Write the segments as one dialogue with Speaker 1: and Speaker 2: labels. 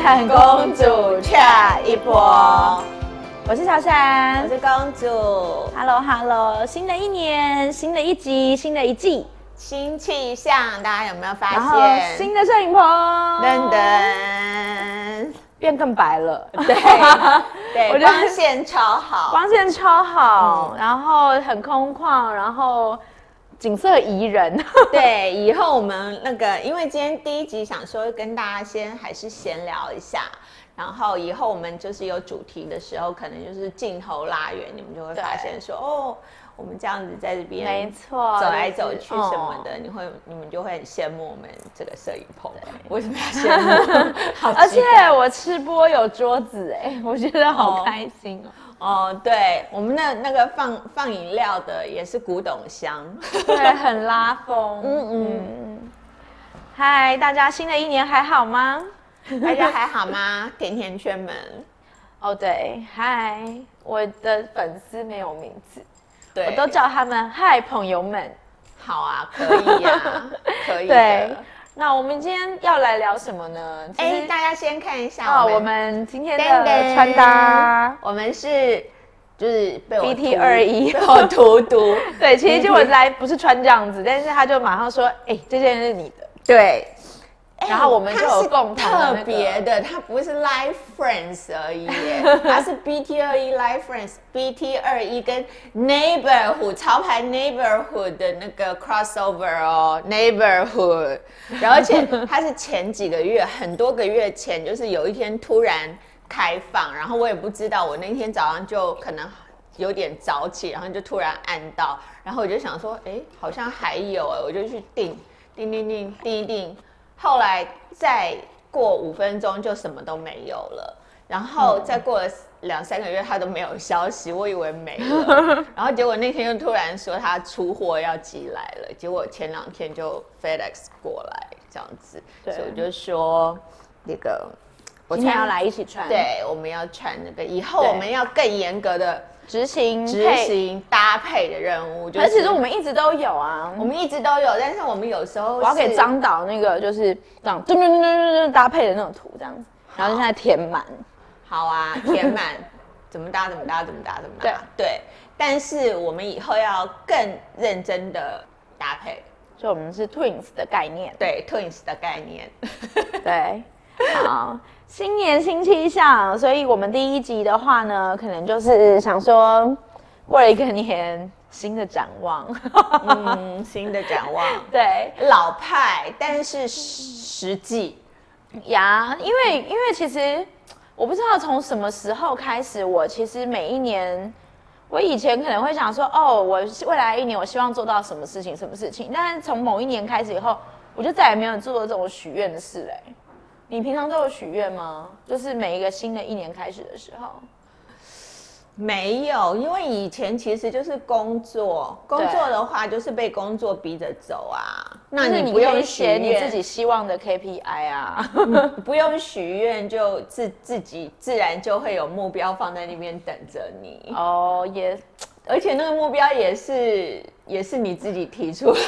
Speaker 1: 产公主却一波。我是小
Speaker 2: 我
Speaker 1: 闪
Speaker 2: 是公主，
Speaker 1: ，Hello Hello，新的一年，新的一集，新的一季，
Speaker 2: 新气象，大家有没有
Speaker 1: 然后
Speaker 2: 发现？
Speaker 1: 新的摄影棚，
Speaker 2: 噔噔，
Speaker 1: 变更白了， 对我
Speaker 2: 对，
Speaker 1: 觉得
Speaker 2: 光线超好，
Speaker 1: 光线超好，然后很空旷，然后景色宜人，
Speaker 2: 对，以后我们那个，因为今天第一集想说跟大家先还是闲聊一下。然后以后我们就是有主题的时候，可能就是镜头拉远，你们就会
Speaker 1: 对
Speaker 2: 发现说哦，我们这样子在这边
Speaker 1: 没错，
Speaker 2: 走来走去
Speaker 1: 就是
Speaker 2: 什么。
Speaker 1: 嗯
Speaker 2: 的，你会你们就会很羡慕我们这个摄影棚。为什么要羡 慕？好奇怪
Speaker 1: 而且我吃播有桌子哎、 我觉得
Speaker 2: 哦
Speaker 1: 好开心 哦、
Speaker 2: 哦，对，我们那那个放放饮料的也是古董箱。
Speaker 1: 对，很拉风。嗯嗯。嗨，大家新的一年还好吗？
Speaker 2: 大家还好吗？甜甜圈们，
Speaker 1: 哦，对，嗨，我的粉丝没有名字，
Speaker 2: 对，
Speaker 1: 我都叫他们嗨朋友们。
Speaker 2: 好啊，可以啊，可以的。
Speaker 1: 对，那我们今天要来聊什么呢？其
Speaker 2: 哎、
Speaker 1: 实
Speaker 2: 大家先看一下
Speaker 1: 哦，我们今天的穿搭，
Speaker 2: 我们是就是被我
Speaker 1: BT 21
Speaker 2: 荼被我荼 毒，
Speaker 1: 对，其实就我来不是穿这样子，但是他就马上说，哎，这件是你的。
Speaker 2: 对。
Speaker 1: 然后我们就有共同的
Speaker 2: 它
Speaker 1: 那个
Speaker 2: 哎是特别的，它不是 Live Friends 而已耶， 它是 BT 二一 Live Friends、BT 二一跟 Neighborhood 潮牌 Neighborhood 的那个 crossover 哦，Neighborhood，然后而且它是前几个月，很多个月前，就是有一天突然开放，然后我也不知道，我那天早上就可能。有点早起，然后就突然按到，然后我就想说，哎、好像还有哎、我就去订订订订订一订，后来再过五分钟就什么都没有了，然后
Speaker 1: 嗯
Speaker 2: 再过了两三个月他都没有消息，我以为没 了，然后结果那天又突然说他出货要寄来了，结果前两天就 FedEx 过来这样子，
Speaker 1: 对
Speaker 2: 所以我就说那个我
Speaker 1: 今天
Speaker 2: 穿
Speaker 1: 要来一起穿，，
Speaker 2: 对，我们要穿那个，以后
Speaker 1: 对
Speaker 2: 我们要更严格的
Speaker 1: 执行
Speaker 2: 执
Speaker 1: 配。
Speaker 2: 行搭配的任务，就
Speaker 1: 而
Speaker 2: 是
Speaker 1: 且其实我们一直都有啊，
Speaker 2: 我们一直都有，但是我们有时候
Speaker 1: 我要给
Speaker 2: 是
Speaker 1: 张导那个就是这样噔噔噔噔噔搭配的那种图这样子，然后就现在填满。
Speaker 2: 好 啊，填满，怎么搭怎么搭怎么搭怎么搭。对，但是我们以后要更认真的搭配，
Speaker 1: 所以我们是 twins 的概念，
Speaker 2: 对 twins 的概念。
Speaker 1: 对，好，新年新气象，所以我们第一集的话呢，可能就是想说过了一个年，新的展望，
Speaker 2: 嗯，新的展望，
Speaker 1: 对
Speaker 2: 老派，但是实际。
Speaker 1: 呀，因为因为其实我不知道从什么时候开始，我其实每一年我以前可能会想说，哦，我未来一年我希望做到什么事情，什么事情。但是从某一年开始以后，我就再也没有做过这种许愿的事嘞、你平常都有许愿吗？就是每一个新的一年开始的时候，
Speaker 2: 没有，因为以前其实就是工作，工作的话就是被工作逼着走啊。那
Speaker 1: 就是
Speaker 2: 你不
Speaker 1: 可
Speaker 2: 用
Speaker 1: 以
Speaker 2: 许
Speaker 1: 写你
Speaker 2: 愿
Speaker 1: 自己希望的 KPI 啊。
Speaker 2: 不用许愿，就自自己自然就会有目标放在那边等着你。
Speaker 1: 哦，也
Speaker 2: 而且那个目标也是也是你自己提出来，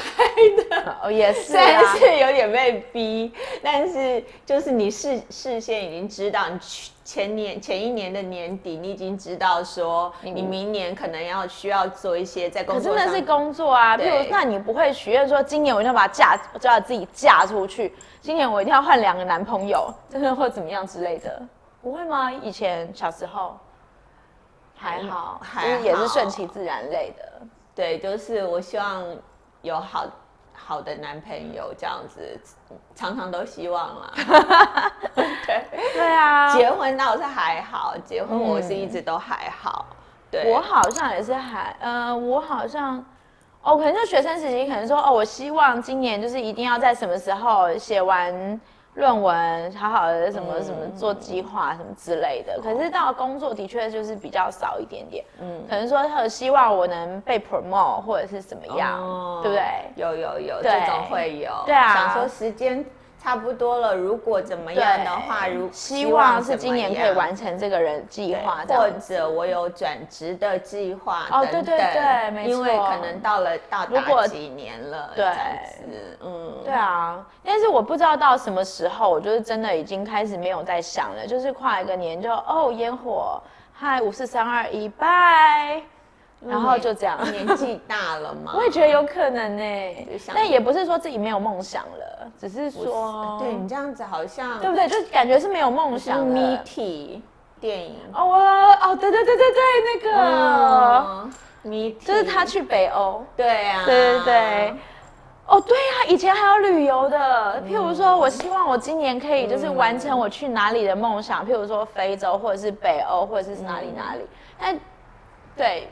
Speaker 1: 哦也是
Speaker 2: 虽然
Speaker 1: 啊，
Speaker 2: 是有点被逼，但是就是你事事先已经知道，你去前年前一年的年底，你已经知道说你明年可能要需要做一些在工
Speaker 1: 可是
Speaker 2: 作
Speaker 1: 那
Speaker 2: 上，
Speaker 1: 是工作啊，譬如
Speaker 2: 对
Speaker 1: 那你不会许愿说今年我一定要把嫁，我就要自己嫁出去，今年我一定要换两个男朋友，真的或怎么样之类的，不会吗？以前小时候还好，
Speaker 2: 还
Speaker 1: 就是也是
Speaker 2: 好
Speaker 1: 顺其自然类的。
Speaker 2: 对，就是我希望有好好的男朋友这样子，常常都希望 啦。
Speaker 1: 对啊，
Speaker 2: 结婚倒是还好，结婚我是一直都还好。对，
Speaker 1: 我好像也是还，呃，我好像。哦，可能就学生时期，可能说哦，我希望今年就是一定要在什么时候写完论文，好好的什么什么做计划什么之类的。可是到工作的确就是比较少一点点，嗯，可能说他有希望我能被 promote 或者是怎么样，
Speaker 2: 哦
Speaker 1: 对不对？
Speaker 2: 有有有，
Speaker 1: 对
Speaker 2: 这种会有。
Speaker 1: 对啊
Speaker 2: 想说时间差不多了。如果怎么样的话，如
Speaker 1: 希望是
Speaker 2: 怎
Speaker 1: 今
Speaker 2: 么
Speaker 1: 年可以
Speaker 2: 样
Speaker 1: 完成这个人计
Speaker 2: 对
Speaker 1: 划，这
Speaker 2: 或
Speaker 1: 样子。
Speaker 2: 者我有转职的计划
Speaker 1: 哦
Speaker 2: 等
Speaker 1: 对对对
Speaker 2: 等
Speaker 1: 没
Speaker 2: 因为
Speaker 1: 错
Speaker 2: 可能到了到
Speaker 1: 如果
Speaker 2: 达几年了，
Speaker 1: 对
Speaker 2: 这样子，嗯，
Speaker 1: 对啊，但是我不知道到什么时候，我就是真的已经开始没有在想了，就是跨一个年就哦烟火，嗨五四三二一拜，然
Speaker 2: 嗯
Speaker 1: 后就这样。
Speaker 2: 年纪大了嘛，
Speaker 1: 我也觉得有可能呢、
Speaker 2: 就想
Speaker 1: 但也不是说自己没有梦想了，只是
Speaker 2: 不是
Speaker 1: 说
Speaker 2: 对你这样子好像
Speaker 1: 对不对？就是感觉是没有梦
Speaker 2: 像
Speaker 1: 想
Speaker 2: m e
Speaker 1: 了。
Speaker 2: t 电影，
Speaker 1: 哦，我哦，对对对对对，那个、
Speaker 2: 嗯，Me
Speaker 1: 哦就是他去北欧。
Speaker 2: 对啊，
Speaker 1: 对对对。哦，对啊，以前还有旅游的，譬如
Speaker 2: 嗯
Speaker 1: 说，我希望我今年可以就是完成我去哪里的梦想，譬如说非洲或者是北欧或者是哪里哪里。
Speaker 2: 嗯
Speaker 1: 但对，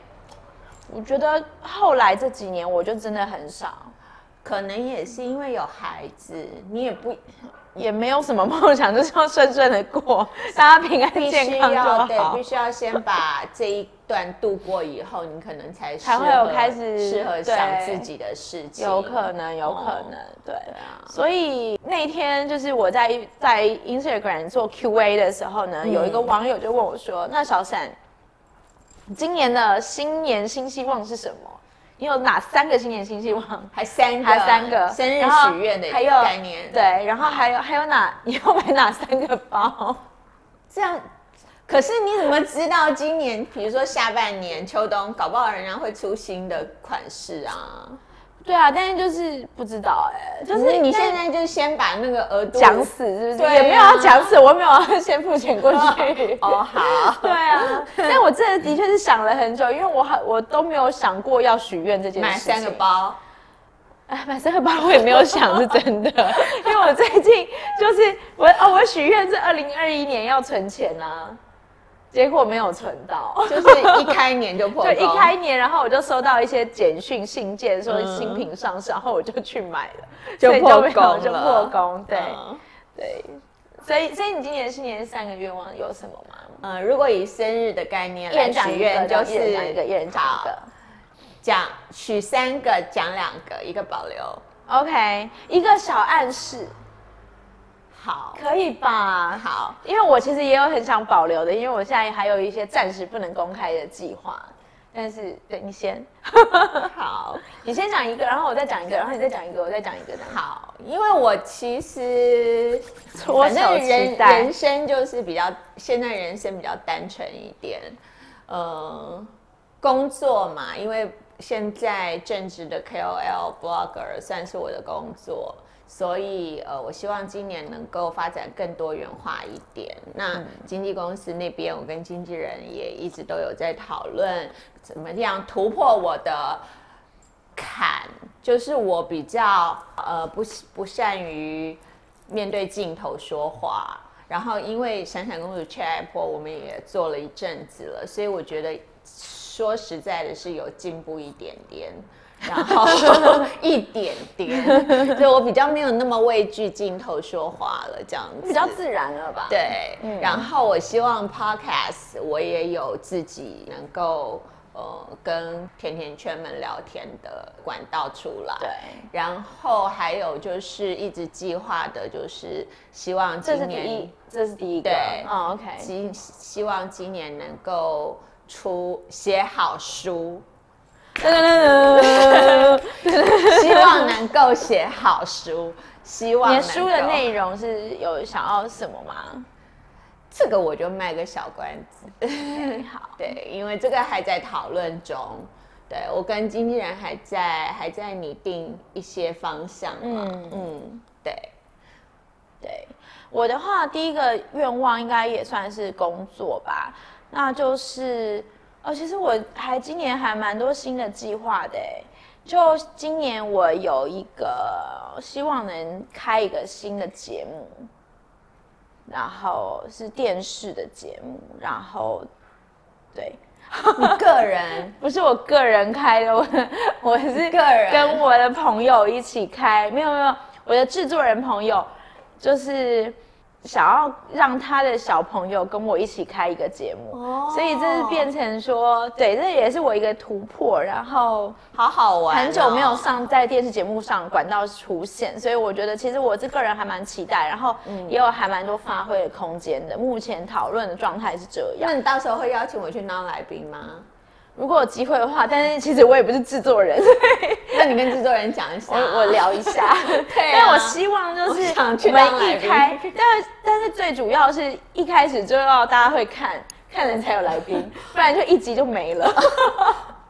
Speaker 1: 我觉得后来这几年我就真的很少，
Speaker 2: 可能也是因为有孩子，你也不
Speaker 1: 也没有什么梦想，就是要顺顺的过，大家平安
Speaker 2: 必
Speaker 1: 健
Speaker 2: 须
Speaker 1: 康
Speaker 2: 要
Speaker 1: 就
Speaker 2: 对，
Speaker 1: 好
Speaker 2: 必。须要先把这一段度过以后，你可能才
Speaker 1: 才会
Speaker 2: 适合
Speaker 1: 有开始
Speaker 2: 适合
Speaker 1: 对
Speaker 2: 想自己的事情，
Speaker 1: 有可能，有可能，
Speaker 2: 哦
Speaker 1: 对。
Speaker 2: 对啊，
Speaker 1: 所以那天就是我在在 Instagram 做 Q&A 的时候呢，
Speaker 2: 嗯
Speaker 1: 有一个网友就问我说：“那小闪，今年的新年新希望是什么？你有哪三个新年新 希望？”
Speaker 2: 还三个，
Speaker 1: 还三个
Speaker 2: 啊生日
Speaker 1: 然后
Speaker 2: 许愿的
Speaker 1: 还有
Speaker 2: 概念，，
Speaker 1: 对，然后还有还有哪？ 你要买哪三个包？
Speaker 2: 这样。可是你怎么知道今年，比如说下半年、秋冬，搞不好人家会出新的款式啊？
Speaker 1: 对啊，但是就是不知道哎、就
Speaker 2: 欸就是是你
Speaker 1: 你现
Speaker 2: 现在
Speaker 1: 在
Speaker 2: 就先把那个额度
Speaker 1: 讲死是不是？
Speaker 2: 对啊
Speaker 1: 也没有要讲死，我没有要先付钱过去。
Speaker 2: 哦，好，
Speaker 1: 对啊，但我真的的确是想了很久，因为我很我都没有想过要许愿这件事
Speaker 2: 买
Speaker 1: 情。
Speaker 2: 三个，包，
Speaker 1: 哎，买三个包我也没 有想是真的，因为我最近就是我哦，我许愿是二零二一年要存钱啊，结果没有存
Speaker 2: 哦
Speaker 1: 到。
Speaker 2: 就是一开年就破
Speaker 1: 就
Speaker 2: 功，
Speaker 1: 一开年，然后我就收到一些简讯信件说
Speaker 2: 嗯
Speaker 1: 新品上市，然后我就去买了，
Speaker 2: 就
Speaker 1: 所以
Speaker 2: 破
Speaker 1: 没有
Speaker 2: 功了
Speaker 1: 就破功，对、
Speaker 2: 嗯
Speaker 1: 对，所以所以你今年新年三个愿望有什么吗？
Speaker 2: 呃，如果以生日的概念
Speaker 1: 一
Speaker 2: 来
Speaker 1: 人讲
Speaker 2: 许
Speaker 1: 一
Speaker 2: 愿，
Speaker 1: 个，
Speaker 2: 就
Speaker 1: 一人讲一个，
Speaker 2: 是
Speaker 1: 一人讲一
Speaker 2: 好
Speaker 1: 个。
Speaker 2: 讲许三个，讲两个，一个保留。
Speaker 1: OK，一个小暗示
Speaker 2: 好，
Speaker 1: 可以吧？
Speaker 2: 好，
Speaker 1: 因为我其实也有很想保留的，因为我现在还有一些暂时不能公开的计划。但是，对你先，
Speaker 2: 好，
Speaker 1: 你先讲一个，然后我再讲一个，然后你再讲一个，我再讲一个，这样
Speaker 2: 好，因为我其实
Speaker 1: 搓
Speaker 2: 反
Speaker 1: 手
Speaker 2: 正
Speaker 1: 期
Speaker 2: 人
Speaker 1: 待
Speaker 2: 人生就是比较现在人生比较单纯一点，呃，工作嘛，因为现在正职的 KOL blogger 算是我的工作，所以呃，我希望今年能够发展更多元化一点。那经纪公司那边，我跟经纪人也一直都有在讨论，怎么样突破我的坎，就是我比较呃不是不善于面对镜头说话。然后因为闪闪公主 c h a 我们也做了一阵子了，所以我觉得说实在的是有进步一点点。然 后一点点，所以我比较没有那么畏惧镜头说话了，这样子
Speaker 1: 比较自然了吧？，
Speaker 2: 对，
Speaker 1: 嗯
Speaker 2: 然后我希望 podcast 我也有自己能够呃跟甜甜圈们聊天的管道出来。
Speaker 1: 对，
Speaker 2: 然后还有就是一直计划的，就是希望
Speaker 1: 这是
Speaker 2: 今
Speaker 1: 第
Speaker 2: 年
Speaker 1: 一，这是第一个。
Speaker 2: 对
Speaker 1: 嗯，OK，
Speaker 2: 希希望今年能够出写好 书，
Speaker 1: 噔 噔噔噔
Speaker 2: 希望能够写好书，希望
Speaker 1: 你的书的
Speaker 2: 能够
Speaker 1: 内容是有想要什么吗？
Speaker 2: 这个我就卖个小关子。
Speaker 1: 好，
Speaker 2: 对，因为这个还在讨论中。对我跟经纪人还在还在拟定一些方向嘛。嗯
Speaker 1: 嗯
Speaker 2: 对，
Speaker 1: 对我的话，第一个愿望应该也算是工作吧，那就是哦，其实我还今年还蛮多新的计划的诶，就今年我有一个希望能开一个新的节目，然后是电视的节目，然后对，
Speaker 2: 你个人
Speaker 1: 不是我个人开的，我 我是
Speaker 2: 个人
Speaker 1: 跟我的朋友一起开，没有没有，我的制作人朋友就是想要让他的小朋友跟我一起开一个节目，
Speaker 2: 哦
Speaker 1: 所以这是变成说，对，这也是我一个突破。然后
Speaker 2: 好好玩哦、
Speaker 1: 很久没有上在电视节目上管道出现，所以我觉得其实我这个人还蛮期待，然后
Speaker 2: 嗯
Speaker 1: 也有还蛮多发挥的空间的。目前讨论的状态是这样
Speaker 2: 那。你到时候会邀请我去当来宾 吗？
Speaker 1: 如果有机会的话，但是其实我也不是制作人，
Speaker 2: 那你跟制作人讲一下，
Speaker 1: 我我聊一下。
Speaker 2: 对啊
Speaker 1: 但我希望就是
Speaker 2: 我想去
Speaker 1: 我们
Speaker 2: 当来
Speaker 1: 一
Speaker 2: 宾
Speaker 1: 开，但但是最主要是一开始就要大家会看，看人才有来 宾，不然就一集就没了，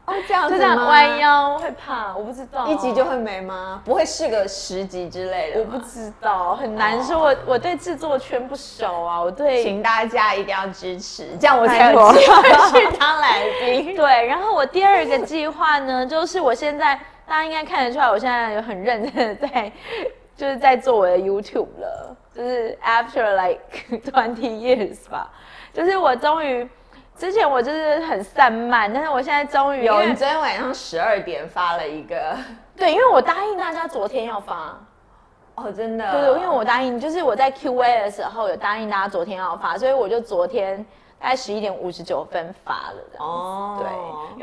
Speaker 2: 哦这样
Speaker 1: 就
Speaker 2: 子
Speaker 1: 这样
Speaker 2: 吗
Speaker 1: 弯腰会怕，我不知道
Speaker 2: 一集就。会没吗？不会是个十集之类的
Speaker 1: 我
Speaker 2: 吗？哦
Speaker 1: 不知道，很难说。我我对制作圈不熟啊，我对
Speaker 2: 请大家一定要支持，这样我才
Speaker 1: 拜
Speaker 2: 有
Speaker 1: 托
Speaker 2: 机会去当来 宾。
Speaker 1: 对。然后我第二个计划呢， 就是我现在大家应该看得出来，我现在有很认真的在，就是在做我的 YouTube 了，就是 after like twenty years 吧，就是我终于。之前我就是很散漫，但是我现在终于因
Speaker 2: 有，
Speaker 1: 为
Speaker 2: 你昨天晚上十二点发了一 个，
Speaker 1: 对，因为我答应大家昨天要发，
Speaker 2: 哦，真的，
Speaker 1: 对对，因为我答应，就是我在 Q&A 的时候有答应大家昨天要发，所以我就昨天大概十一点五十九分发了这样。
Speaker 2: 哦，
Speaker 1: 对，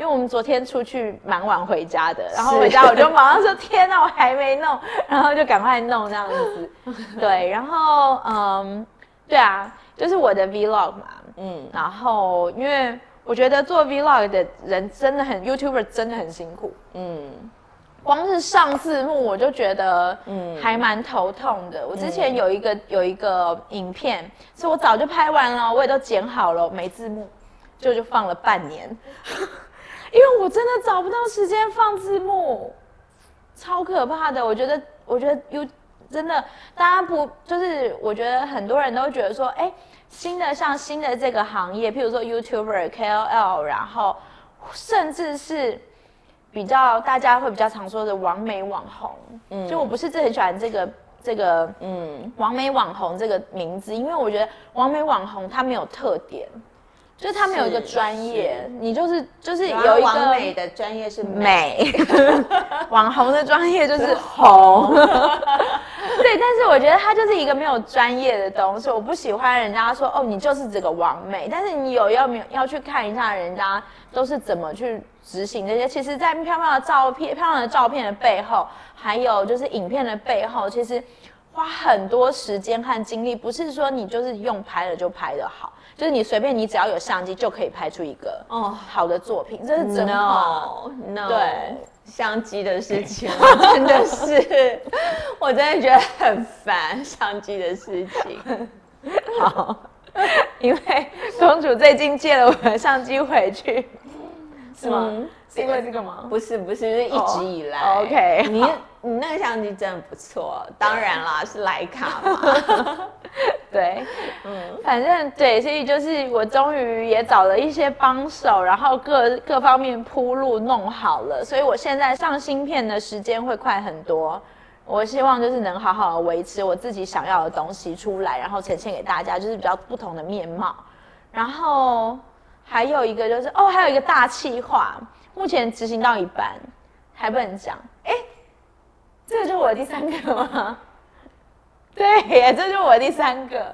Speaker 1: 因为我们昨天出去蛮晚回家的，然后
Speaker 2: 是
Speaker 1: 回家我就马上说天啊哪，我还没弄，然后就赶快弄这样 子。对，然后嗯，对啊，就是我的 vlog 嘛，
Speaker 2: 嗯，
Speaker 1: 然后因为我觉得做 vlog 的人真的很 YouTuber 真的很辛苦，
Speaker 2: 嗯，
Speaker 1: 光是上字幕我就觉得，嗯，还蛮头痛的。我之
Speaker 2: 嗯
Speaker 1: 前有一个有一个影片，是我早就拍完了，我也都剪好了，没字幕，就就放了半年，因为我真的找不到时间放字幕，超可怕的。我觉得，我觉得有真的，大家不就是我觉得很多人都觉得说，哎、新的像新的这个行业，譬如说 YouTuber、KOL，然后甚至是。比较大家会比较常说的网美网红，嗯，就我不是这很喜欢这个这个嗯网美网红这个名字，因为我觉得网美网红它没有特点，就是它没有一个
Speaker 2: 是
Speaker 1: 专业，你就是就是
Speaker 2: 有
Speaker 1: 有一
Speaker 2: 一
Speaker 1: 个
Speaker 2: 个美的专业是美，
Speaker 1: 美， 网红的专业就是红。 对，但是我觉得它就是一个没有专业的东西，我不喜欢人家说哦，你就是这个网美，但是你有要没有要去看一下人家都是怎么去执行这些。其实，在漂亮的照片、漂亮的照片的背后，还有就是影片的背后，其实花很多时间和精力，不是说你就是用拍了就拍的好，就是你随便你只要有相机就可以拍出一个
Speaker 2: 哦
Speaker 1: 嗯哦好的作品，这是真的。
Speaker 2: No No，
Speaker 1: 对，
Speaker 2: 相机的 事情我真的是，我真的觉得很烦相机的事情。
Speaker 1: 因为公主最近借了我的相机回去， 是吗？
Speaker 2: 嗯
Speaker 1: 是因为这个吗？
Speaker 2: 不是不是，就是一直以来。
Speaker 1: 哦，OK，
Speaker 2: 你
Speaker 1: 好
Speaker 2: 你那个相机真的不错，当然啦，是徕卡嘛。
Speaker 1: 对，嗯，反正对，所以就是我终于也找了一些帮手，然后各各方面铺路弄好了，所以我现在上芯片的时间会快很多。我希望就是能好好的维持我自己想要的东西出来，然后呈现给大家，就是比较不同的面貌。然后还有一个就是哦，还有一个大气化，目前执行到一半，还不能讲。哎，这个就是我的第三个吗？ 对耶，这就是我的第三个。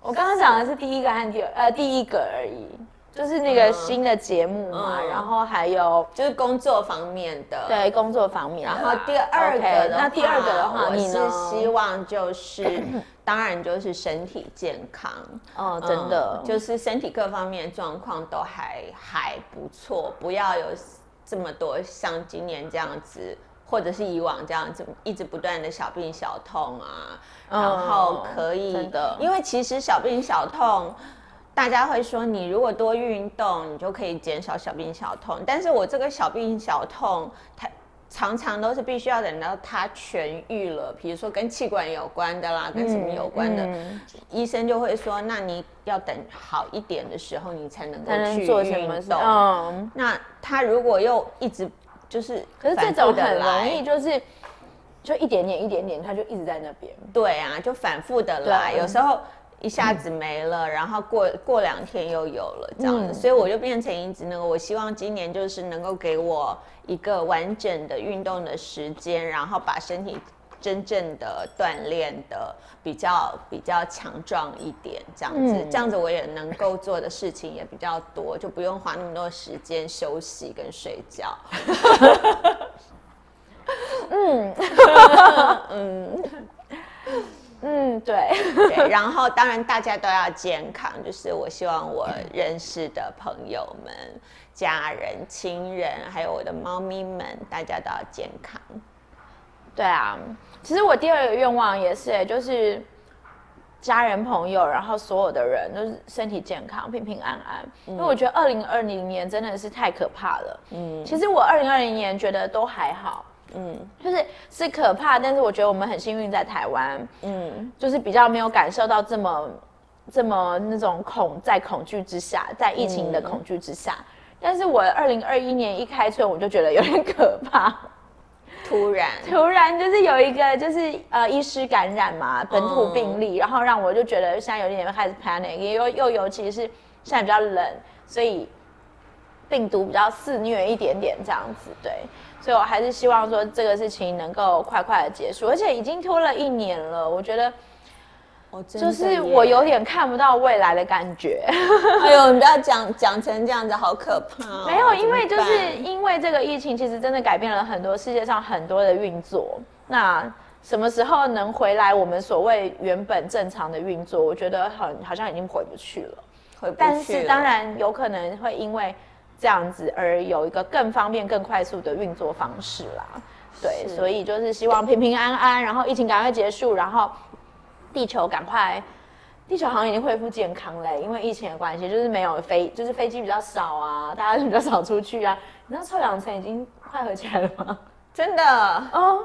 Speaker 1: 我刚刚讲的是第一个和第二，呃，第一个而已，就是那个新的节目嘛，
Speaker 2: 嗯
Speaker 1: 然后还有
Speaker 2: 就是工作方面的。。
Speaker 1: 对工作方面啦。
Speaker 2: 然后第二个
Speaker 1: OK，
Speaker 2: 的话
Speaker 1: 那第二个的话，
Speaker 2: 啊我
Speaker 1: 你
Speaker 2: 是
Speaker 1: 呢？
Speaker 2: 希望就是，当然就是身体健康，
Speaker 1: 哦，
Speaker 2: 嗯
Speaker 1: 真的，就
Speaker 2: 就是身体各方面的状况都还还不错，不要有这么多像今年这样子，或者是以往这样子一直不断的小病小痛啊，
Speaker 1: 嗯
Speaker 2: 然后可以
Speaker 1: 真的
Speaker 2: 因为其实小病小痛。大家会说，你如果多运动，你就可以减少小病小痛。但是我这个小病小痛，它常常都是必须要等到它痊愈了，比如说跟气管有关的啦，跟什么有关的，
Speaker 1: 嗯
Speaker 2: 医生就会说，那你要等好一点的时候，你才能够
Speaker 1: 才能
Speaker 2: 去
Speaker 1: 做什么
Speaker 2: 运
Speaker 1: 事？
Speaker 2: 动。
Speaker 1: 嗯，
Speaker 2: 那他如果又一直就是，
Speaker 1: 可是这种很容易，就是就一点点一点点，它就一直在那边。
Speaker 2: 对啊，就反复的来，
Speaker 1: 对啊
Speaker 2: 有时候一下子没了，然后过过两天又有了这样
Speaker 1: 嗯
Speaker 2: 子，所以我就变成一直那个，我希望今年就是能够给我一个完整的运动的时间，然后把身体真正的锻炼的比较比较强壮一点，这样子，
Speaker 1: 嗯
Speaker 2: 这样子我也能够做的事情也比较多，就不用花那么多时间休息跟睡觉。
Speaker 1: 嗯，对，
Speaker 2: 对，然后当然大家都要健康，就是我希望我认识的朋友们、家人、亲人，还有我的猫咪们，大家都要健康。
Speaker 1: 对啊。其实我第二个愿望也是、欸，就是家人朋友，然后所有的人都是身体健康、平平安安。
Speaker 2: 嗯
Speaker 1: 因为我觉得二零二零年真的是太可怕了。嗯，其实我二零二零年觉得都还好。
Speaker 2: 嗯
Speaker 1: 就是是可怕，但是我觉得我们很幸运在台湾，
Speaker 2: 嗯，
Speaker 1: 就是比较没有感受到这么这么那种恐在恐惧之下，在疫情
Speaker 2: 嗯
Speaker 1: 的恐惧之下。但是我二零二一年一开春，我就觉得有点可怕，
Speaker 2: 突然，
Speaker 1: 突然 就是有一个就是呃医师感染嘛，本
Speaker 2: 嗯
Speaker 1: 土病例，然后让我就觉得现在有点开始 panic，也又又尤其是现在比较冷，所以病毒比较肆虐一点点这样子，对，所以我还是希望说这个事情能够快快的结束，而且已经拖了一年了，我觉得
Speaker 2: 哦真的
Speaker 1: 就是
Speaker 2: 耶
Speaker 1: 我有点看不到未来的感觉。
Speaker 2: 哎呦，你不要讲讲成这样子，好可怕哦、
Speaker 1: 没有，因
Speaker 2: 怎么
Speaker 1: 为就
Speaker 2: 办
Speaker 1: 是因为这个疫情，其实真的改变了很多世界上很多的运作。那什么时候能回来我们所谓原本正常的运作？我觉得很好像已经回不去了。
Speaker 2: 回不
Speaker 1: 但
Speaker 2: 去
Speaker 1: 是
Speaker 2: 了
Speaker 1: 当，然有可能会因为这样子而有一个更方便、更快速的运作方式啦。对，
Speaker 2: 是
Speaker 1: 所以就是希望平平安安，然后疫情赶快结束，然后地球赶快。地球好像已经恢复健康嘞，因为疫情的关系，就是没有飞，就是飞机比较少啊，大家就比较少出去啊。 你知道臭氧层已经快合起来了吗？
Speaker 2: 真的，
Speaker 1: 哦，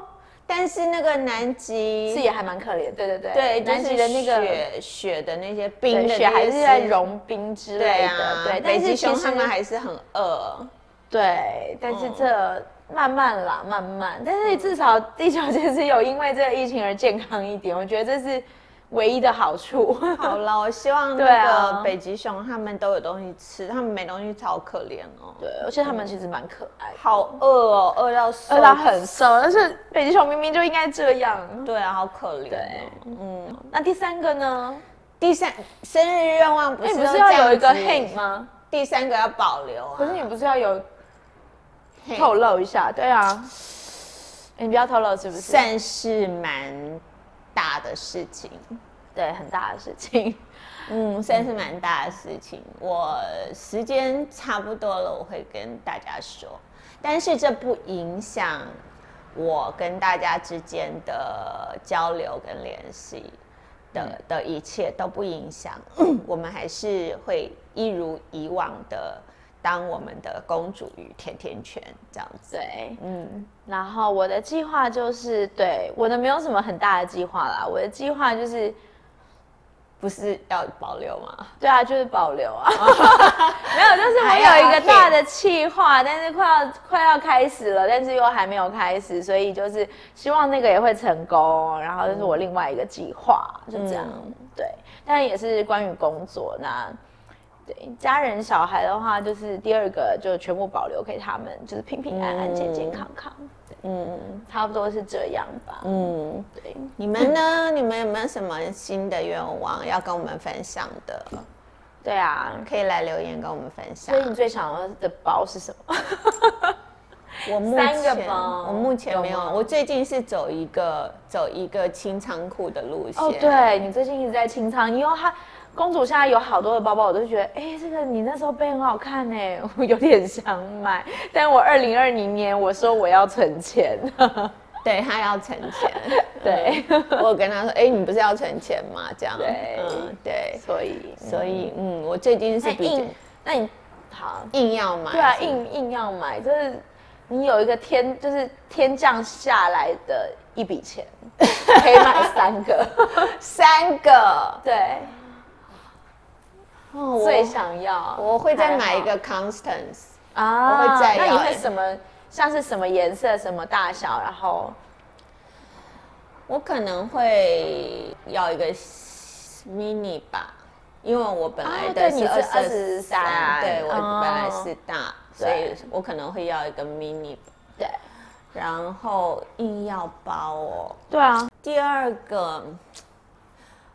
Speaker 2: 但是那个南
Speaker 1: 是
Speaker 2: 极，
Speaker 1: 也还蛮可怜，对对对，
Speaker 2: 对，
Speaker 1: 南
Speaker 2: 就是
Speaker 1: 极的那个
Speaker 2: 雪雪的那些冰
Speaker 1: 对
Speaker 2: 的
Speaker 1: 雪
Speaker 2: 那
Speaker 1: 还
Speaker 2: 些
Speaker 1: 是在
Speaker 2: 丝
Speaker 1: 融冰之
Speaker 2: 对
Speaker 1: 类
Speaker 2: 啊
Speaker 1: 的，，对。
Speaker 2: 北
Speaker 1: 但是
Speaker 2: 极
Speaker 1: 其
Speaker 2: 熊
Speaker 1: 实
Speaker 2: 他们还是很饿，
Speaker 1: 对，但是
Speaker 2: 嗯
Speaker 1: 这、慢慢啦，慢慢，但是至少地球其实有因为这个疫情而健康一点，我觉得这是唯一的好处。
Speaker 2: 好了，我希望
Speaker 1: 对
Speaker 2: 那
Speaker 1: 啊
Speaker 2: 个北极熊他们都有东西吃，他们没东西吃好可怜哦。
Speaker 1: 对，而且他们其实蛮可爱的，
Speaker 2: 好饿哦，饿到瘦
Speaker 1: 而且它很瘦，但呃是北极熊明明就应该这样。
Speaker 2: 对啊，好可怜、
Speaker 1: 对
Speaker 2: 哦。嗯，
Speaker 1: 那第三个呢？
Speaker 2: 第三生日愿望不
Speaker 1: 哎，
Speaker 2: 是
Speaker 1: 你不
Speaker 2: 都
Speaker 1: 是要有一个
Speaker 2: 这样子
Speaker 1: hint 吗？
Speaker 2: 第三个要保留啊。
Speaker 1: 可是你不是要有
Speaker 2: hint
Speaker 1: 透露一下？对啊，哎你不要透露是不是？
Speaker 2: 算是蛮大的事情，
Speaker 1: 对，很大的事情。
Speaker 2: 嗯，算是蛮大的事情。我时间差不多了，我会跟大家说，但是这不影响我跟大家之间的交流跟联系的
Speaker 1: 嗯
Speaker 2: 的一切都不影 响，我们还是会一如以往的当我们的公主与甜甜圈这样子。
Speaker 1: 对，
Speaker 2: 嗯，
Speaker 1: 然后我的计划就是，对我的没有什么很大的计划啦，我的计划就是，
Speaker 2: 不是要保留吗？
Speaker 1: 对啊，就是保留啊，
Speaker 2: 哦
Speaker 1: 没有，就是我有一个大的计划，但是快要快要开始了，但是又还没有开始，所以就是希望那个也会成功，然后这是我另外一个计划，就这样，
Speaker 2: 嗯
Speaker 1: 对，当然也是关于工作那。对家人、小孩的话，就是第二个就全部保留给他们，就是平平安安、健健康康，
Speaker 2: 嗯
Speaker 1: 差不多是这样吧。
Speaker 2: 嗯。
Speaker 1: 对，
Speaker 2: 你们 呢？你们有没有什么新的愿望要跟我们分享的？
Speaker 1: 对啊，
Speaker 2: 可以来留言跟我们分享
Speaker 1: 嗯所。以你最想要的包是什么？
Speaker 2: 我目
Speaker 1: 三个
Speaker 2: 前
Speaker 1: 包
Speaker 2: 我目前没有，
Speaker 1: 有吗
Speaker 2: 我最近是走一个走一个清仓库的路线。
Speaker 1: 哦，，对你最近一直在清仓，因为它公主现在有好多的包包，我都觉得，哎，这个你那时候背很好看哎，我有点想买，但我二零二零年我说我要存钱，
Speaker 2: 对他要存钱。
Speaker 1: 对，
Speaker 2: 我有跟他说，哎、你不是要存钱吗？这样。
Speaker 1: 对
Speaker 2: 嗯，对。
Speaker 1: 所以
Speaker 2: 所以，嗯，我最近是
Speaker 1: 那
Speaker 2: 比较
Speaker 1: 硬，那你好，
Speaker 2: 硬要买。
Speaker 1: 对啊，硬硬要买，就是你有一个天，就是天降下来的一 笔钱，可以买三个，
Speaker 2: 三个。
Speaker 1: 对，
Speaker 2: 哦我
Speaker 1: 最想要，
Speaker 2: 我会再
Speaker 1: 还
Speaker 2: 买一
Speaker 1: 好
Speaker 2: 个 Constance。
Speaker 1: 啊，
Speaker 2: 我会再
Speaker 1: 那你
Speaker 2: 要
Speaker 1: 会
Speaker 2: 欸
Speaker 1: 什么？像是什么颜色、什么大小，然后
Speaker 2: 我可能会要一个 mini 吧，因为我本来
Speaker 1: 啊
Speaker 2: 的
Speaker 1: 对
Speaker 2: 是
Speaker 1: 你是
Speaker 2: 二
Speaker 1: 23
Speaker 2: 对我
Speaker 1: 哦
Speaker 2: 本来是大，所以
Speaker 1: 对
Speaker 2: 我可能会要一个 mini 吧。
Speaker 1: 对，
Speaker 2: 然后硬要包哦。
Speaker 1: 对啊，
Speaker 2: 第二个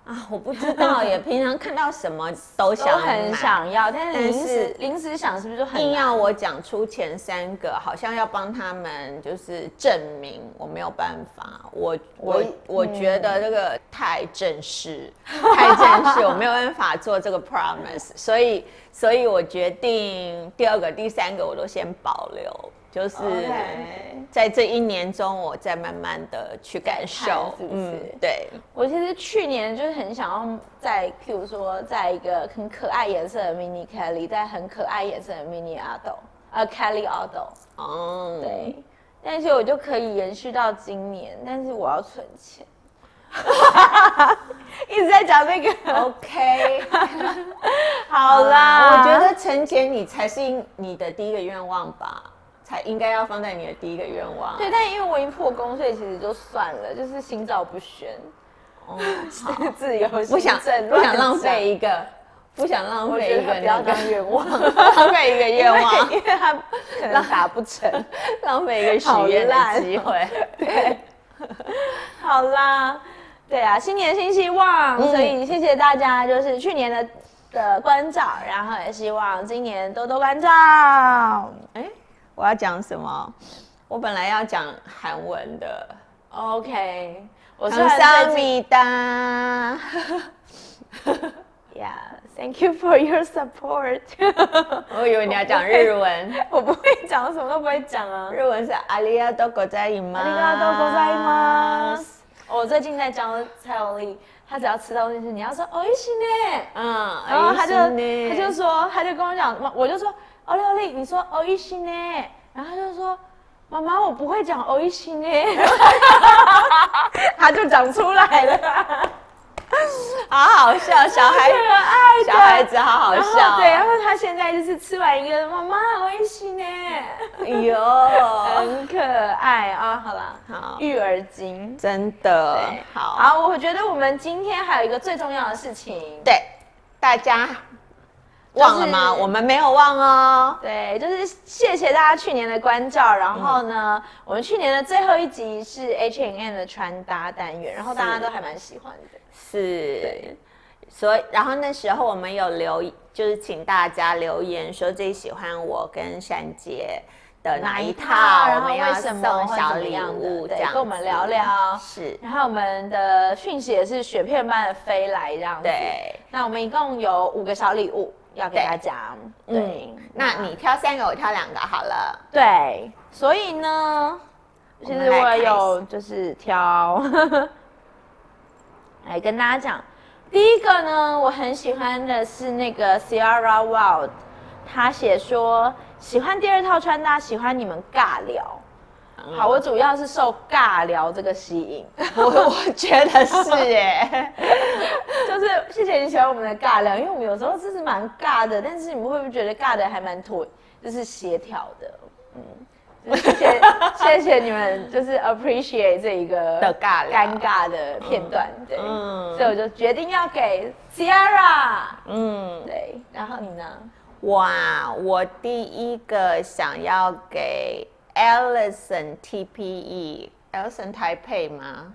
Speaker 2: 啊，我不知道 耶，平常看到什么都
Speaker 1: 都
Speaker 2: 想
Speaker 1: 很
Speaker 2: 买
Speaker 1: 想要，但是
Speaker 2: 但
Speaker 1: 临
Speaker 2: 是
Speaker 1: 时临时想是不是就很
Speaker 2: 硬
Speaker 1: 难
Speaker 2: 要我讲出前三个，好像要帮他们就是证明我没有办法。我我我
Speaker 1: 嗯
Speaker 2: 觉得这个太正式，太正式，我没有办法做这个 promise。所以所以我决定第二个、第三个我都先保留，就是
Speaker 1: OK
Speaker 2: 在这一年中，我再慢慢的去感受嗯
Speaker 1: 看，是不是
Speaker 2: 对，
Speaker 1: 我其实去年就是很想要在，譬如说，在一个很可爱颜色的 mini Kelly，在很可爱颜色的 mini Ado，呃 Kelly Ado，
Speaker 2: 哦、
Speaker 1: 对。但是我就可以延续到今年，但是我要存钱。 一直在讲这个，
Speaker 2: ，OK。
Speaker 1: 好啦，
Speaker 2: 啦，我觉得陈姐你才是应你的第一个愿望吧，才应该要放在你的第一个愿望。
Speaker 1: 对，但因为我已经破功，所以其实就算了，就是心照不宣，
Speaker 2: 哦，
Speaker 1: 自由
Speaker 2: 不
Speaker 1: 不
Speaker 2: 想不想浪费一个，不想浪
Speaker 1: 我
Speaker 2: 费
Speaker 1: 觉
Speaker 2: 一
Speaker 1: 得
Speaker 2: 个
Speaker 1: 不要
Speaker 2: 那个
Speaker 1: 当 愿望，
Speaker 2: 浪费一个愿望
Speaker 1: 因，为 它可能达不成。
Speaker 2: 浪费一个许愿的机会。
Speaker 1: 好啦，对啊，新年新希望，
Speaker 2: 嗯
Speaker 1: 所以谢谢大家，就是去年的的关照，然后也希望今年多多关照。
Speaker 2: 哎、我要讲什么？我本来要讲韩文的，
Speaker 1: OK，我虽
Speaker 2: 康萨
Speaker 1: 然最近
Speaker 2: 米达。
Speaker 1: ，Yeah，Thank you for your support 。
Speaker 2: 我以为你要讲日文，
Speaker 1: 我不会讲，什么都不会讲啊。
Speaker 2: 日文是阿里亚多国在姨妈，
Speaker 1: ありがとうございます。我最近在教蔡永丽，她只要吃到东西，你要说哦，一起哦呢。
Speaker 2: 嗯，
Speaker 1: 然后他就他
Speaker 2: 他
Speaker 1: 就说，他就跟我讲，妈我就说哦六丽，你说哦一西呢，然后他就说妈妈我不会讲哦一西呢， 他就讲出来了，
Speaker 2: 好 好笑，小孩
Speaker 1: 可爱的
Speaker 2: 小孩子好好
Speaker 1: 然后
Speaker 2: 笑，
Speaker 1: 啊
Speaker 2: 啊
Speaker 1: 对，啊然后他现在就是吃完一个妈妈哦一西呢，
Speaker 2: 哎呦，
Speaker 1: 很可爱啊、嗯好啦，
Speaker 2: 好
Speaker 1: 育儿经。
Speaker 2: 真的
Speaker 1: 对
Speaker 2: 好，
Speaker 1: 好，我觉得我们今天还有一个最重要的事情，
Speaker 2: 对，大家忘了吗？
Speaker 1: 就是
Speaker 2: 我们没有忘哦，
Speaker 1: 对，就是谢谢大家去年的关照。然后
Speaker 2: 嗯
Speaker 1: 呢，我们去年的最后一集是 H and M 的穿搭单元，然后大家都还蛮喜欢的。
Speaker 2: 是，所以然后那时候我们有留，就是请大家留言说最喜欢我跟珊姐。的哪一套？
Speaker 1: 然
Speaker 2: 我
Speaker 1: 后
Speaker 2: 们要
Speaker 1: 为什
Speaker 2: 送
Speaker 1: 么会
Speaker 2: 小
Speaker 1: 怎么
Speaker 2: 礼
Speaker 1: 样的
Speaker 2: 物，
Speaker 1: 对
Speaker 2: 这样
Speaker 1: 跟我们
Speaker 2: 子
Speaker 1: 聊聊
Speaker 2: 是，
Speaker 1: 然后我们的讯息也是雪片般的飞来这样子。
Speaker 2: 对，
Speaker 1: 那我们一共有五个小礼物要给
Speaker 2: 对
Speaker 1: 大家。对
Speaker 2: 嗯，，那你挑三个，我挑两个好了。
Speaker 1: 对，所以呢，其
Speaker 2: 们
Speaker 1: 实
Speaker 2: 来
Speaker 1: 我
Speaker 2: 开始
Speaker 1: 有就是挑， 来跟大家讲，第一个呢，我很喜欢的是那个 Sierra Wild，他写说喜欢第二套穿搭，喜欢你们尬聊。
Speaker 2: 嗯
Speaker 1: 好，我主要是受尬聊这个吸引，
Speaker 2: 我我觉得是 耶，
Speaker 1: 就是谢谢你喜欢我们的尬聊，因为我们有时候真是蛮尬的，但是你们会不会觉得尬的还蛮妥，就是协调的，嗯，就是谢谢谢谢你们，就是 appreciate 这一个
Speaker 2: 的尬聊
Speaker 1: 尴尬的片段，对，
Speaker 2: 嗯
Speaker 1: 所以我就决定要给 Sierra，
Speaker 2: 嗯，
Speaker 1: 对，然后你呢？
Speaker 2: 哇，我第一个想要给 Allison TPE，Allison E 台配吗？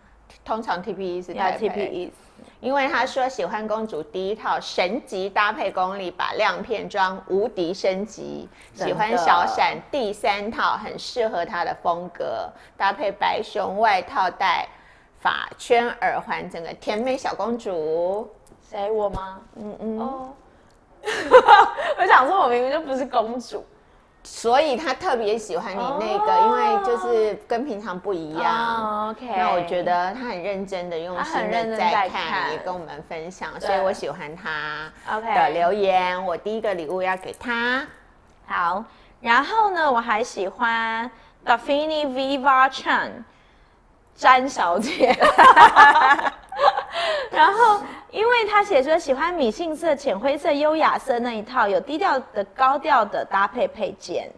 Speaker 2: 通常 TPE 是
Speaker 1: 要
Speaker 2: 台配
Speaker 1: TPE，
Speaker 2: 因为他说喜欢公主第一套神级搭配功力，把亮片装无敌升级。
Speaker 1: 真
Speaker 2: 喜
Speaker 1: 的
Speaker 2: 欢小闪第三套，很适合她的风格，搭配白熊外套带发圈耳环，整个甜美小公主。
Speaker 1: 谁我吗？
Speaker 2: 嗯嗯。
Speaker 1: 哦， 我想说，我明明就不是公主，
Speaker 2: 所以他特别喜欢你那个，
Speaker 1: 哦
Speaker 2: 因为就是跟平常不一样。
Speaker 1: 哦，OK，
Speaker 2: 那我觉得他很认真的、用
Speaker 1: 他很
Speaker 2: 心
Speaker 1: 认
Speaker 2: 的
Speaker 1: 真
Speaker 2: 在
Speaker 1: 在
Speaker 2: 看，
Speaker 1: 看
Speaker 2: 也跟我们分享，
Speaker 1: 对
Speaker 2: 所以我喜欢他
Speaker 1: OK
Speaker 2: 的留言。我第一个礼物要给他，
Speaker 1: 好，然后呢，我还喜欢 Daphne Viva Chan 詹小姐。 然后，因为她写说喜欢米杏色、浅灰色、优雅色那一套，有低调的、高调的搭配配件，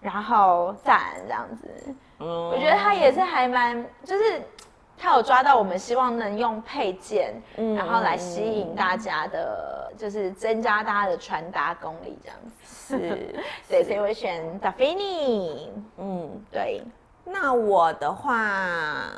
Speaker 1: 然后赞这样子。我
Speaker 2: 嗯，
Speaker 1: 觉得他也是还蛮，就是他有抓到我们希望能用配件，
Speaker 2: 嗯
Speaker 1: 然后来吸引大家的，就是增加大家的穿搭功力这样子。
Speaker 2: 是，
Speaker 1: 对，所以我选 d a f f i n i
Speaker 2: 嗯，
Speaker 1: 对，
Speaker 2: 那我的话，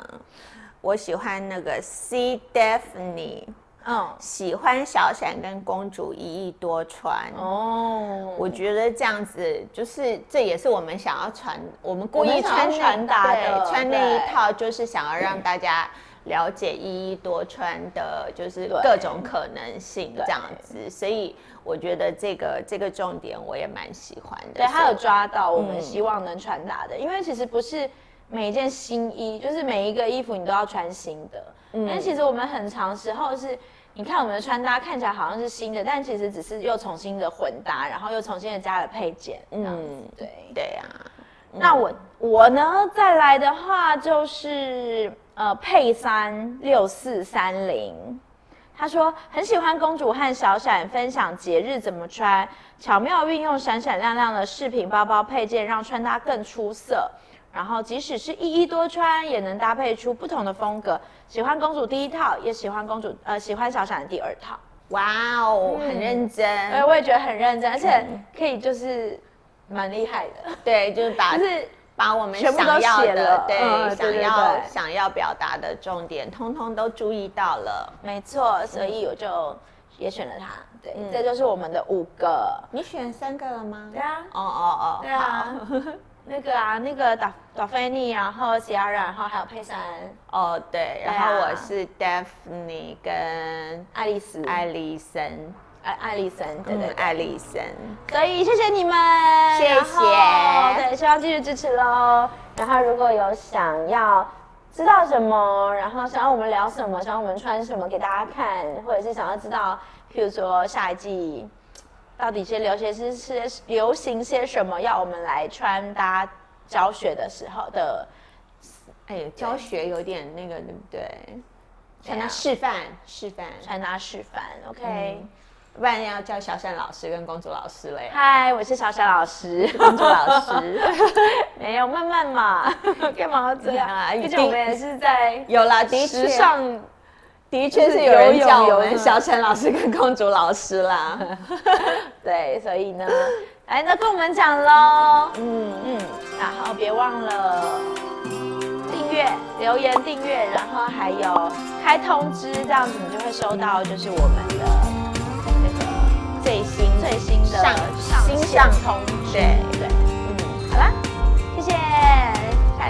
Speaker 2: 我喜欢那个 C Daphne，
Speaker 1: 嗯，
Speaker 2: 喜欢小闪跟公主一翼多穿。
Speaker 1: 哦，
Speaker 2: 我觉得这样子就是，这也是我们想要传，我们故
Speaker 1: 我
Speaker 2: 意
Speaker 1: 们想
Speaker 2: 穿
Speaker 1: 要传达
Speaker 2: 那
Speaker 1: 的
Speaker 2: 对穿那一
Speaker 1: 对
Speaker 2: 套，就是想要让大家了解一一多穿的，就是
Speaker 1: 对
Speaker 2: 各种可能性
Speaker 1: 对
Speaker 2: 这样子。所以我觉得这个这个重点我也蛮喜欢的。
Speaker 1: 对他有
Speaker 2: 所以
Speaker 1: 抓到我们希望能传达的，因为其实不是每一件新衣，就是每一个衣服你都要穿新的。
Speaker 2: 嗯
Speaker 1: 但其实我们很长时候是，你看我们的穿搭看起来好像是新的，但其实只是又重新的混搭，然后又重新的加了配件。嗯
Speaker 2: 嗯，
Speaker 1: 对。
Speaker 2: 对啊，
Speaker 1: 那我我呢，再来的话就是呃，配三六四三零。他说很喜欢公主和小闪分享节日怎么穿，巧妙运用闪闪亮亮的饰品、包包、配件，让穿搭更出色。然后即使是一衣多穿，也能搭配出不同的风格。喜欢公主第一套，也喜欢公主呃喜欢小闪的第二套。
Speaker 2: 哇哦，很认真。
Speaker 1: 哎，我也觉得很认真，而且可以就是蛮厉害的，
Speaker 2: 对，就是把
Speaker 1: 就是
Speaker 2: 把我们
Speaker 1: 全部都
Speaker 2: 想要
Speaker 1: 写
Speaker 2: 的
Speaker 1: 了，
Speaker 2: 对，
Speaker 1: 嗯对
Speaker 2: 想
Speaker 1: 对
Speaker 2: 要
Speaker 1: 对
Speaker 2: 想要表达的重点，通通都注意到了。
Speaker 1: 没错，所以我就也选了它。对，这就是我们的五个。
Speaker 2: 你选三个了吗？
Speaker 1: 嗯对啊
Speaker 2: 哦哦哦，
Speaker 1: 对啊，那个啊，那个达达菲尼，然后 Ciara，然后还有佩珊、
Speaker 2: 好，哦对，然
Speaker 1: 对
Speaker 2: 后
Speaker 1: 啊
Speaker 2: 我是 Daphne 跟
Speaker 1: 爱丽丝、
Speaker 2: 艾丽森，
Speaker 1: 爱爱丽森，对
Speaker 2: 嗯
Speaker 1: 对对。
Speaker 2: 艾丽森，
Speaker 1: 所以谢谢你们，
Speaker 2: 谢谢
Speaker 1: 然后对，希望继续支持喽。然后如果有想要知道什么，然后想要我们聊什么，想要我们穿什么给大家看，或者是想要知道，譬如说下一季到底些流行是是流行些什么，要我们来穿搭教学的时候的
Speaker 2: 哎，教学有点那个，对不对？
Speaker 1: 对啊
Speaker 2: 让他示范示范，
Speaker 1: 穿搭示范，OK？
Speaker 2: 不然要叫小善老师跟公主老师嘞，
Speaker 1: 嗨、我是小小老师，
Speaker 2: 公主老师。
Speaker 1: 没有慢慢嘛， 干嘛要这 样啊？
Speaker 2: 哎呀
Speaker 1: 毕竟我们也是在
Speaker 2: 有啦，的
Speaker 1: 时
Speaker 2: 确啊
Speaker 1: 尚
Speaker 2: 的确
Speaker 1: 就是
Speaker 2: 是有人
Speaker 1: 游泳
Speaker 2: 叫
Speaker 1: 游
Speaker 2: 我们
Speaker 1: 泳
Speaker 2: 小沈老师跟公主老师啦。
Speaker 1: 对，所以呢，来，那跟我们讲喽。嗯嗯，然后别忘了订阅、留言、订阅，然后还有开通知，这样子你就会收到，就是我们的那个最新最新的
Speaker 2: 上
Speaker 1: 新
Speaker 2: 新
Speaker 1: 上
Speaker 2: 上
Speaker 1: 通知。
Speaker 2: 对
Speaker 1: 对，嗯，好啦，谢谢，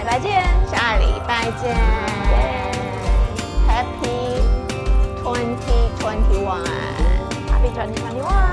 Speaker 1: 下礼拜见。
Speaker 2: 下礼拜见，Happy Twenty Twenty One。
Speaker 1: Happy 2021。